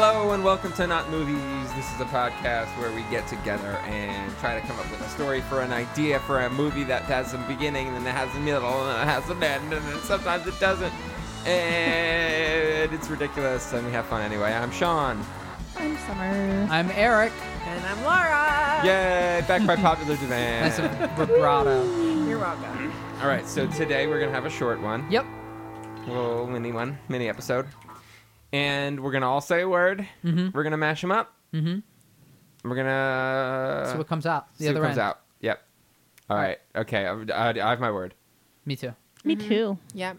welcome to Not Movies. This is a podcast where we get together and try to come up with a story for an idea for a movie that has a beginning and then it has a middle and it has an end and then sometimes it doesn't. And it's ridiculous and we have fun anyway. I'm Sean. I'm Summer. I'm Eric. And I'm Laura. Yay, back by popular demand. That's a vibrato. You're welcome. All right, so today we're going to have a short one. Yep. little mini one, mini episode. And we're gonna all say a word. Mhm. We're gonna mash them up. Mhm. We're gonna So what comes out the Uh, see other what comes end? out. Yep. All right. Okay. I, I, I have my word. Me too. Me too. Yep.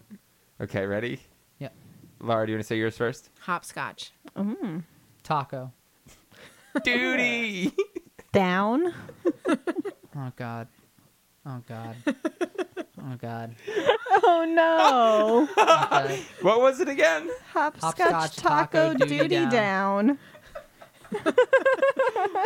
Okay. Ready? Yep. Laura, do you want to say yours first? Hopscotch. Mm. Taco. Duty. Down. Oh God. Oh God. Oh God. Oh no. Okay. what was it again? Hopscotch, Hopscotch taco, duty, down.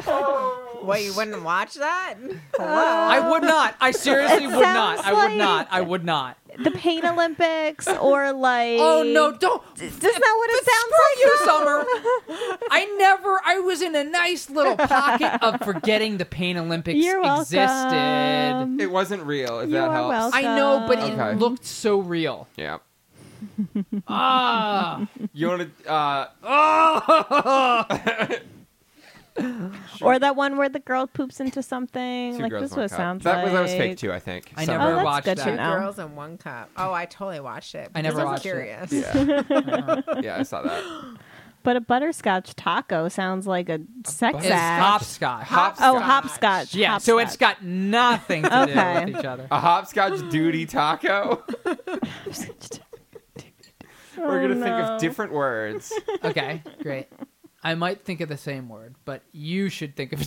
Oh. What, you wouldn't watch that? I would not. I seriously It would not. sounds I would like- not. I would not. The Pain Olympics or like Oh no! Don't. That's not what it sounds Fuck like. you, Summer. I never. I was in a nice little pocket of forgetting the Pain Olympics You're existed. welcome. It wasn't real. If You that are helps. welcome. I know, but Okay. it looked so real. Yeah. Ah. You want to? Uh, Oh. Or that one where the girl poops into something. two like girls, this one was cup. sounds That like was that was fake too. I think. I Summer. never Oh, that's watched good that. to Two know. girls in one cup. Oh, I totally watched it. I never because I'm watched it. curious. Yeah. yeah. I saw that. But a butterscotch taco sounds like a sex It's act. hopscotch. Oh, Hopscotch. hopscotch. Yeah, so it's hopscotch. got nothing to Okay. do with each other. A hopscotch duty taco. We're Oh, gonna think no. of different words. Okay, great. I might think of the same word, but you should think of a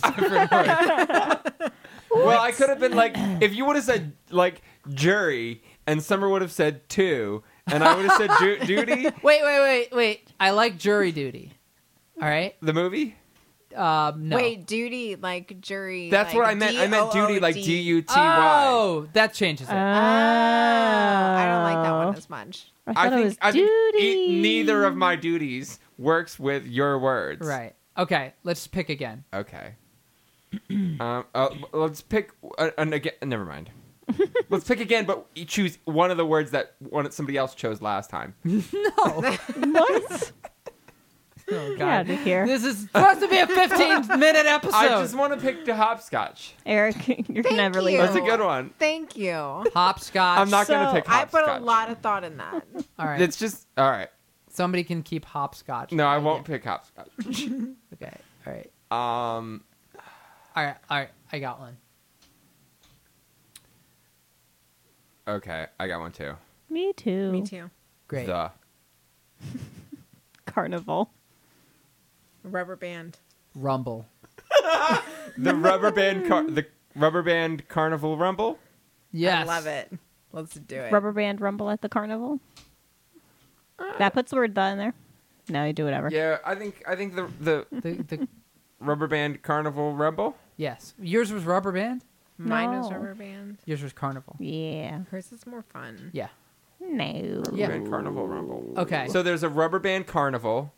different word. Well, I could have been like, if you would have said like jury, and Summer would have said two, and I would have said ju- duty, Wait, wait, wait, wait. I like jury duty. All right. the movie. Um, no. Wait, duty, like jury. That's like, what I meant. I meant duty, like D D-O-O-D. U T Y. Uh, Oh, that changes it. Oh, I don't like that one as much. I I thought it think, was I think duty. e- neither of my duties works with your words. right. Okay, let's pick again. Okay. um, uh, let's pick uh, an again. Never mind. let's pick again, but you choose one of the words that one somebody else chose last time. No. What? Oh, Get out God. of here. This is supposed to be a 15 minute episode. I just want to pick the hopscotch. Eric, you're Thank never you. leaving. That's a good one. Thank you. Hopscotch. I'm not gonna So, pick. I Hopscotch. put a lot of thought in that. All right. It's just all right. Somebody can keep hopscotch. No, I won't pick hopscotch. Okay. All right. Um, All right. All right. I got one. okay, I got one too. Me too. Me too. Great. The Carnival. Rubber band. Rumble. the rubber band car the rubber band carnival rumble. Yes. I love it. Let's do it. Rubber band rumble at the carnival. Ah. That puts the word the in there. No, you do whatever. Yeah, I think I think the the The, the, rubber band carnival rumble. yes. Yours was rubber band. Mine was No. rubber band. Yours was carnival. Yeah. Hers is more fun. Yeah. No. Yeah. Band carnival rumble. Okay. So there's a rubber band carnival.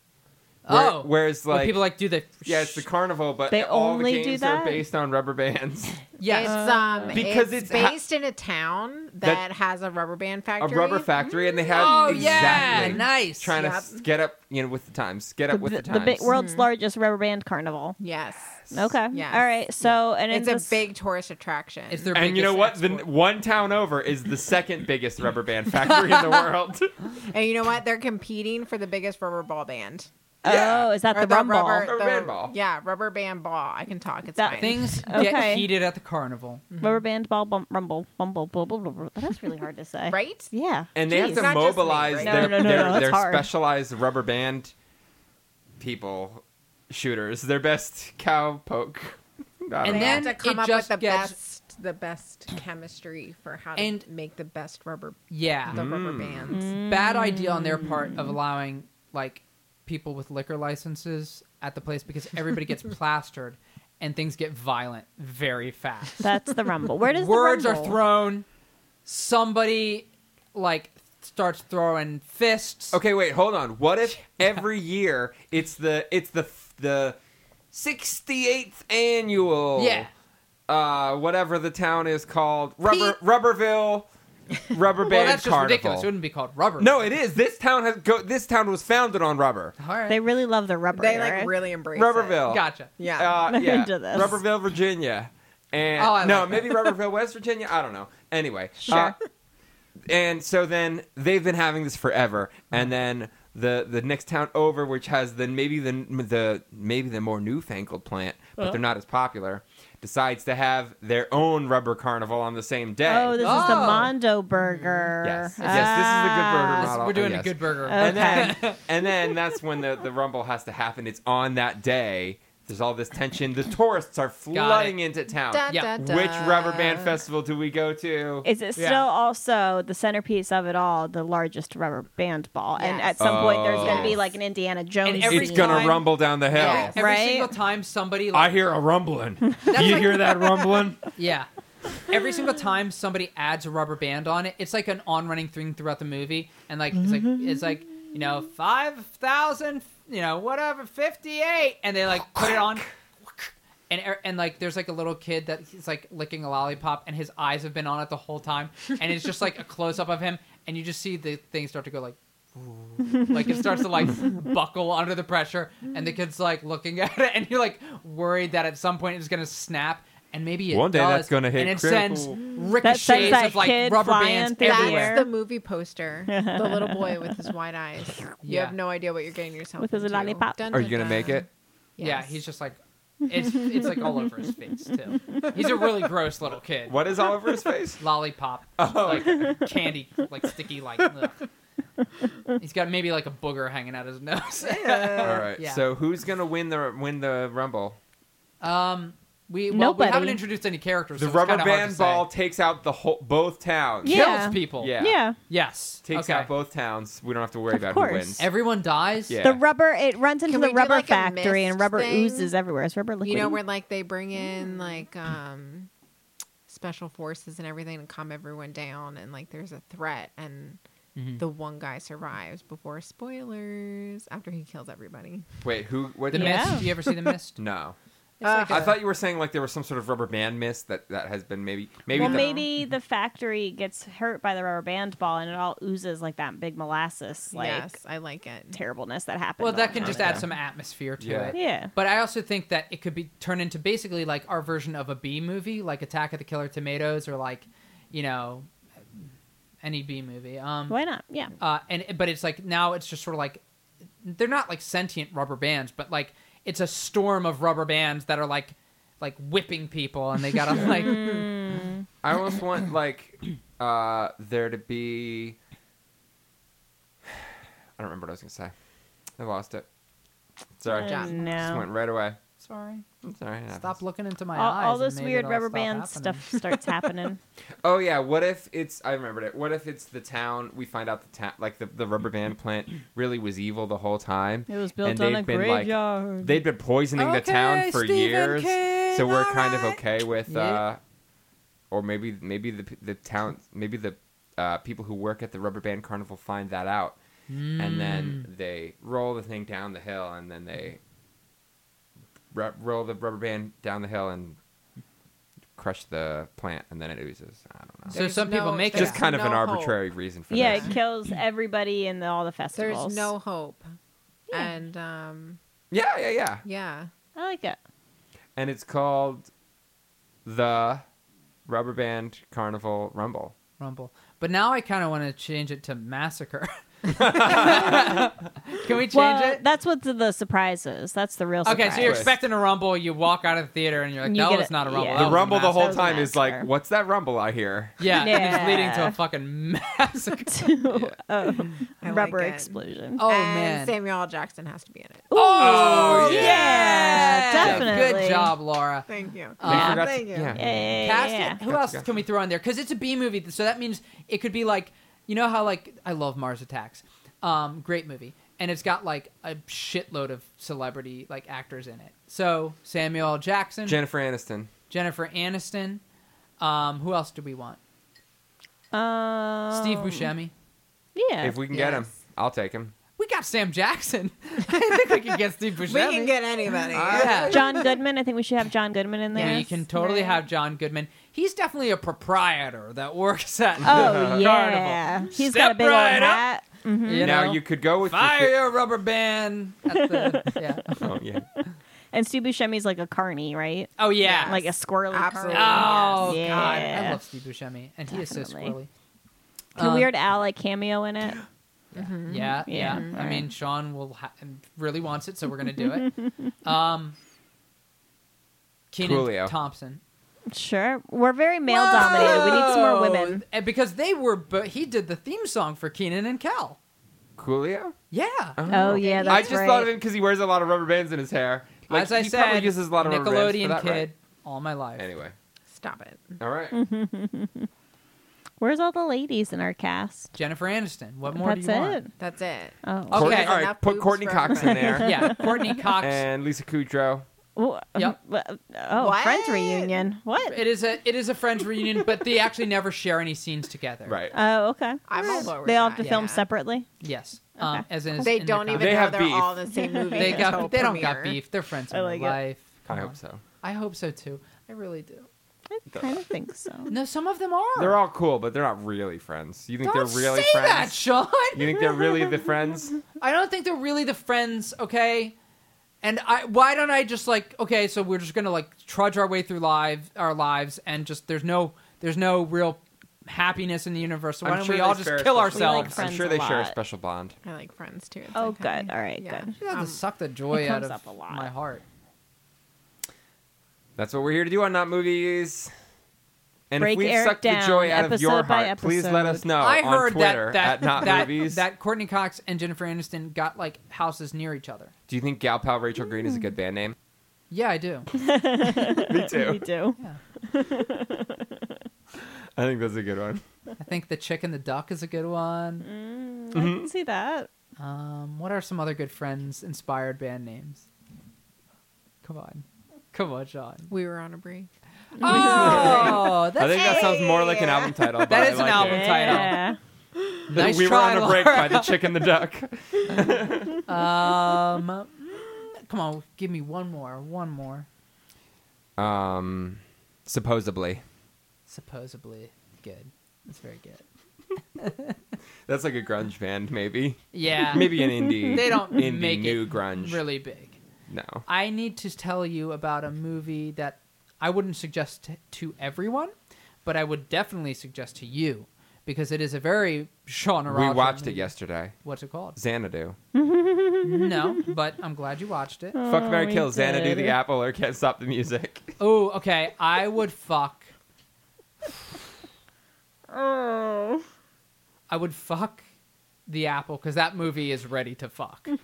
Where, oh. whereas When like, people like do the yeah, it's the carnival, but They all only the do games that? are based on rubber bands. yes. Uh, It's um Because because it's it's, ha- based in a town That- that, has a rubber band a factory. rubber factory, and they had oh exactly yeah. Nice. trying Yep. to s- get up, you know, with the times, get The, up with the the, times. big, world's largest rubber band carnival. Yes. Okay. Yes. All right. So, and It's in a this- big tourist attraction. It's their And you know biggest what? The export. one town over is the second biggest rubber band factory in the world. and you know what? They're competing for the biggest rubber ball band. Oh, is that Or the rumble? rubber Rubber the- band ball. Yeah, rubber band ball. I can talk. It's That fine. Things Okay. get heated at the carnival. Mm-hmm. Rubber band ball bump, rumble bumble bumble. bumble. That's really hard to say. Right? Yeah. And they Jeez. have to Not just me, mobilize right? their, No, no, no, their, no, that's their hard. specialized rubber band people, shooters, their best cowpoke. I don't And They know. then- have to come it up just with the gets- best, the best chemistry for how to And- make the best rubber, Yeah. the rubber Mm. bands. Mm. Mm-hmm. Bad idea on their part of allowing like people with liquor licenses at the place because everybody gets plastered and things get violent very fast. That's the rumble. Where does words the are rumble? thrown somebody like starts throwing fists okay, wait, hold on. What if every year it's the it's the the 68th annual. Yeah. Uh, whatever the town is called, Rubber Pete- Rubberville, Rubber Band well, that's just Carnival. ridiculous. It wouldn't be called rubber. No, it is. This town has go. This town was founded on rubber. All right. They really love the rubber. They like right? really embrace Rubberville. gotcha. It. Yeah. Uh, I'm yeah. into this. Rubberville, Virginia. And Oh, I no, like that. maybe Rubberville, West Virginia. I don't know. Anyway, Sure. uh, and so then they've been having this forever, and then the the next town over, which has then maybe the the maybe the more newfangled plant, but they're not as popular, decides to have their own rubber carnival on the same day. Oh, this is the Oh. Mondo burger. Mm-hmm. Yes. Yes, this is a good burger Ah. model. We're doing Yes. a good burger. Uh, and then and then that's when the, the rumble has to happen. It's on that day. There's all this tension. The tourists are flooding into town. Da, yeah. da, da. Which rubber band festival do we go to? Is it still Yeah. also the centerpiece of it all, the largest rubber band ball? And Yes. at some point, there's going to be Oh. like an Indiana Jones. every it's scene. gonna time- rumble down the hill. Yes. Every Right? single time somebody I like hear a rumbling. Do you hear that rumbling? yeah. Every single time somebody adds a rubber band on it, it's like an on-running thing throughout the movie, and like it's like it's like you know five thousand, you know whatever fifty-eight, and they like put it on, and er- and like there's like a little kid that he's like licking a lollipop, and his eyes have been on it the whole time, and it's just like a close-up of him, and you just see the thing start to go like. like it starts to like buckle under the pressure and the kid's like looking at it and you're like worried that at some point it's gonna snap and maybe it One day does, that's gonna hit and it critical- sends That ricochets sends that of like kid rubber flying bands through the That's everywhere air. the movie poster. The little boy with his wide eyes. You Yeah. have no idea what you're getting yourself With his into. lollipop. Dun, Are you dun, gonna dun. make it? yeah Yes. he's just like it's it's like all over his face too he's a really gross little kid What is Oliver's face? lollipop Oh. like candy like sticky like ugh. he's got maybe like a booger hanging out his nose Oh, All right. uh, Yeah. So who's gonna win the win the rumble? um we well, we Nobody. haven't introduced any characters The so it's rubber kinda hard band to say. ball takes out the whole both towns. Yeah. kills people Yeah. Yeah. yes Takes okay. out both towns. We don't have to worry Of about course. who wins. Everyone dies. Yeah. The rubber, it runs into Can the we do, rubber like, a factory and mist rubber thing? oozes everywhere. It's rubber liquid. You know where like they bring in like um special forces and everything to calm everyone down and like there's a threat and Mm-hmm. the one guy survives before spoilers after he kills everybody. Wait, who? What? The Yeah. mist. Do you ever see the mist? No. like I thought you were saying like there was some sort of rubber band mist that that has been maybe maybe well, the, maybe the factory gets hurt by the rubber band ball and it all oozes like that big molasses, like yes, I like it. terribleness that happened. well, that all can around just it. add some atmosphere to Yeah. it. Yeah. But I also think that it could be turned into basically like our version of a B movie, like Attack of the Killer Tomatoes, or like, you know, any B movie. Um, Why not? Yeah. Uh, and but it's like now it's just sort of like they're not like sentient rubber bands, but like it's a storm of rubber bands that are like like whipping people, and they gotta like Mm. I almost want like uh there to be I don't remember what I was gonna say. I lost it. Sorry. Good job. Oh, Just went no. right away. sorry, I'm sorry. it stop happens. looking into my eyes. All, all and this maybe weird it'll rubber stop band happening. stuff starts happening. Oh yeah, what if it's I remembered it. What if it's the town we find out the town like the, the rubber band plant really was evil the whole time. It was built and on they've a been, like- graveyard. They've been poisoning the town Mm-hmm. Okay, for Stephen years, King, so we're all kind of right. okay with, Yeah. uh, or maybe maybe the the town, maybe the uh, people who work at the rubber band carnival find that out, Mm, and Mm. then they roll the thing down the hill, and then they ru- roll the rubber band down the hill and crush the plant, and then it oozes. I don't know. So some people make it Just there's kind of an no hope. arbitrary reason for yeah, this. it kills everybody in the, all the festivals. There's no hope. And um Yeah, yeah, yeah. yeah. I like it. And it's called the Rubber Band Carnival Rumble. Rumble. But now I kind of want to change it to Massacre. Can we change well, it? that's what the, the surprise is. That's the real surprise. okay, so you're Twist. expecting a rumble. You walk out of the theater and you're like, You "That get was it- not a rumble." yeah. that The was Oh, a rumble the whole massacre. time is like, Massacre. what's that rumble I hear? Yeah, and it's leading to Yeah. a fucking massacre. to I a uh, rubber like it. explosion. Oh and man! Samuel L. Jackson has to be in it. Oh, yeah, definitely. Good job, Laura. Thank you. They Yeah, forgot to- thank you. yeah. Yeah, yeah, yeah, Cast yeah. it. Who Gotcha, else gotcha. can we throw in there? Because it's a B movie, so that means it could be like you know how like I love Mars Attacks, um, great movie, and it's got like a shitload of celebrity like actors in it. So Samuel L. Jackson, Jennifer Aniston. Jennifer Aniston, um, who else do we want? Um, Steve Buscemi. Yeah. Um, if we can get him, yes. I'll take him. we got Sam Jackson. I think we can get Steve Buscemi. We can get anybody. Yeah. John Goodman. I think we should have John Goodman in there. Yeah, you can totally have John Goodman. He's definitely a proprietor that works at. Oh the yeah, carnival. he's Step got a big right old hat. Up, you now know? you could go with your fire fi- your rubber band. At the, yeah. Oh yeah. And Steve Buscemi's like a carny, right? Oh yeah. Like a squirrely Absolutely. carny. Oh Yes. god, I Yeah. love Steve Buscemi, and he is so squirrely. Definitely. Can Um, Weird Al like cameo in it? Mm-hmm. Yeah, yeah. Yeah, I alright. mean, Sean will ha- really wants it, so we're gonna do it. Um, Keenan Coolio. Thompson, Sure. We're very male dominated. We need some more women. Whoa! And because they were, but he did the theme song for Keenan and Kel. Coolio. Yeah, Oh yeah, that's I just right. thought of him because he wears a lot of rubber bands in his hair. Like, as I he said, probably uses a lot of rubber bands for Nickelodeon that, kid Mm-hmm. right? all my life. Anyway, Stop it. all right. Where's all the ladies in our cast? Jennifer Aniston. What more that's do you it. want? That's it. Oh. Okay. Courtney, all right, Enough put boobs Courtney for Cox in everybody. there Yeah, Courtney Cox. and Lisa Kudrow. Wha- Yep. Oh, What? Friends reunion. What? it is a it is a Friends reunion, but they actually never share any scenes together. Right. Oh, okay. I'm all over They all have that. to film Yeah. separately. Yes. Um, as in, They in the don't even They know have they're beef. all in the same movie. They until got. They don't got premiere. beef. They're friends in I real like it. life. I Come hope on. so. I hope so too. I really do. I kind of think so. No, some of them are. They're all cool, but they're not really friends. You think Don't they're really say friends? that, Sean. You think they're really the friends? I don't think they're really the friends. Okay. And I, why don't I just like okay? So we're just gonna like trudge our way through live our lives, and just there's no there's no real happiness in the universe. So why I'm don't sure we they all just share a kill special ourselves? bond. I'm friends sure a they share a lot. special bond. I like Friends too. It's Oh, okay. good. All right, Yeah. good. You know, Um, to suck the joy out comes of up a lot. my heart. That's what we're here to do on Not Movies. And Break if we've Eric sucked the joy down out of your episode by heart, please let us episode. know I Oh, on heard Twitter that that at Not that, Movies. that Courtney Cox and Jennifer Aniston got like houses near each other. Do you think Gal Pal Rachel Green is a good band name? Yeah, I do. Me We do. Yeah. I think that's a good one. I think the chick and the duck is a good one. Mm, I Mm-hmm. can see that. Um, what are some other good friends inspired band names? Come on, come on, Sean. We were on a break. Oh, I that's think that sounds more like an album title. but That I is an like album it. title. Yeah. The nice we try, were on a break by the chick and the duck. Um, mm, come on, give me one more, one more. Um, supposedly. Supposedly good. That's very good. That's like a grunge band, maybe. Yeah, Maybe an indie. They don't indie make it new grunge. really big. No. I need to tell you about a movie that I wouldn't suggest t- to everyone, but I would definitely suggest to you because it is a very genre. we watched it yesterday. What's it called? Xanadu. no, but I'm glad you watched it. Fuck Mary Oh, we Kill, Xanadu did. the Apple, or Can't Stop the Music. Oh, okay. I would fuck. Oh. I would fuck the apple because that movie is ready to fuck.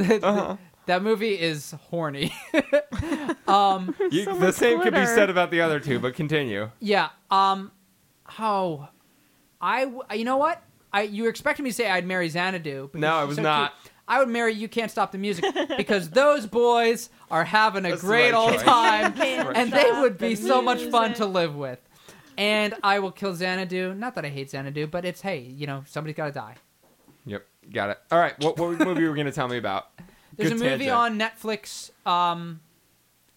Uh-huh. That movie is horny. um, You- So the much same could be glitter. said about the other two, but continue. yeah. Um, oh, I. w- You know what? I you were expecting me to say I'd marry Xanadu. because No, I she's was so not. cute. I would marry You Can't Stop the Music because those boys are having a That's the great right old choice. time, Can't and they stop would the be so much fun music. to live with. And I will kill Xanadu. Not that I hate Xanadu, but it's hey, you know, somebody's got to die. Yep, got it. All right, what, what movie were you going to tell me about? There's Good a movie tangent. on Netflix um,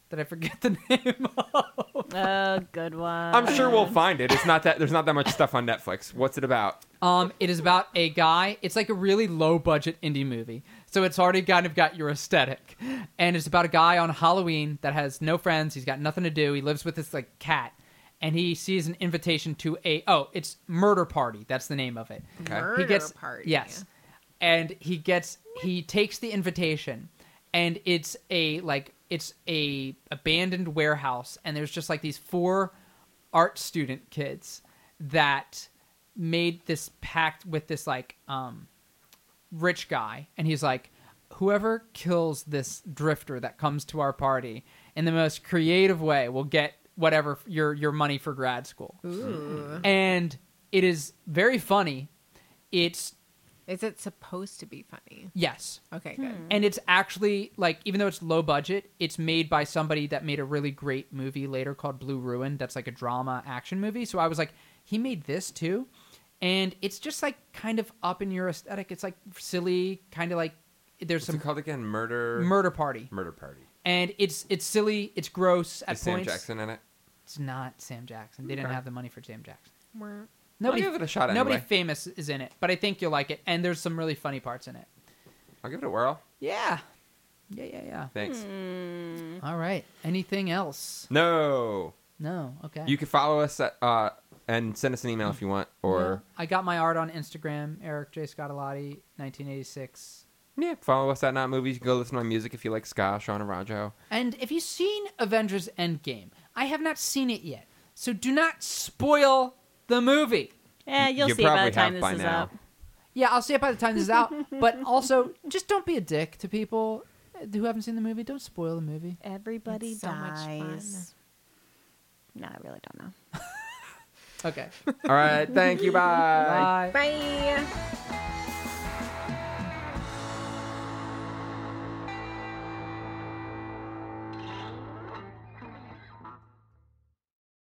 that I forget the name of. oh, good one. I'm sure uh, we'll find it. It's not that there's not that much stuff on Netflix. What's it about? Um, it is about a guy. It's like a really low budget indie movie, so it's already kind of got your aesthetic. And it's about a guy on Halloween that has no friends. He's got nothing to do. He lives with this like cat, and he sees an invitation to a oh, it's Murder Party. That's the name of it. Okay. Murder he gets party. yes and he gets he takes the invitation and it's a like it's a abandoned warehouse and there's just like these four art student kids that made this pact with this like um rich guy and he's like whoever kills this drifter that comes to our party in the most creative way will get whatever your your money for grad school Ooh. and it is very funny it's Is it supposed to be funny? yes Okay, good. and it's actually like even though it's low budget it's made by somebody that made a really great movie later called blue ruin that's like a drama action movie so i was like he made this too and it's just like kind of up in your aesthetic. It's like silly, kind of like there's What's it some called again? Murder. murder party, Murder party. and it's it's silly, it's gross at Is Sam points. Jackson in it? It's not Sam Jackson. They didn't Okay. have the money for Sam Jackson. Hmm. We're- Nobody, I'll give it a shot anyway. nobody famous is in it, but I think you'll like it. And there's some really funny parts in it. I'll give it a whirl. Yeah, yeah, yeah, yeah. Thanks. Hmm. All right. Anything else? No. No. Okay. You can follow us at, uh, and send us an email if you want, or Yeah. I got my art on Instagram, Eric J Scottalotti, 1986. yeah. follow us at Not Movies. You can go listen to my music if you like ska, Sean and Rajo. And if you've seen Avengers Endgame, I have not seen it yet, so do not spoil the movie. Yeah, you'll You see by probably the time have this by is now. up. Yeah, I'll see it by the time this is out. But also, just don't be a dick to people who haven't seen the movie. Don't spoil the movie. Everybody It's so much fun. No, I really don't know. Okay. All right, thank you. Bye. Bye. Bye.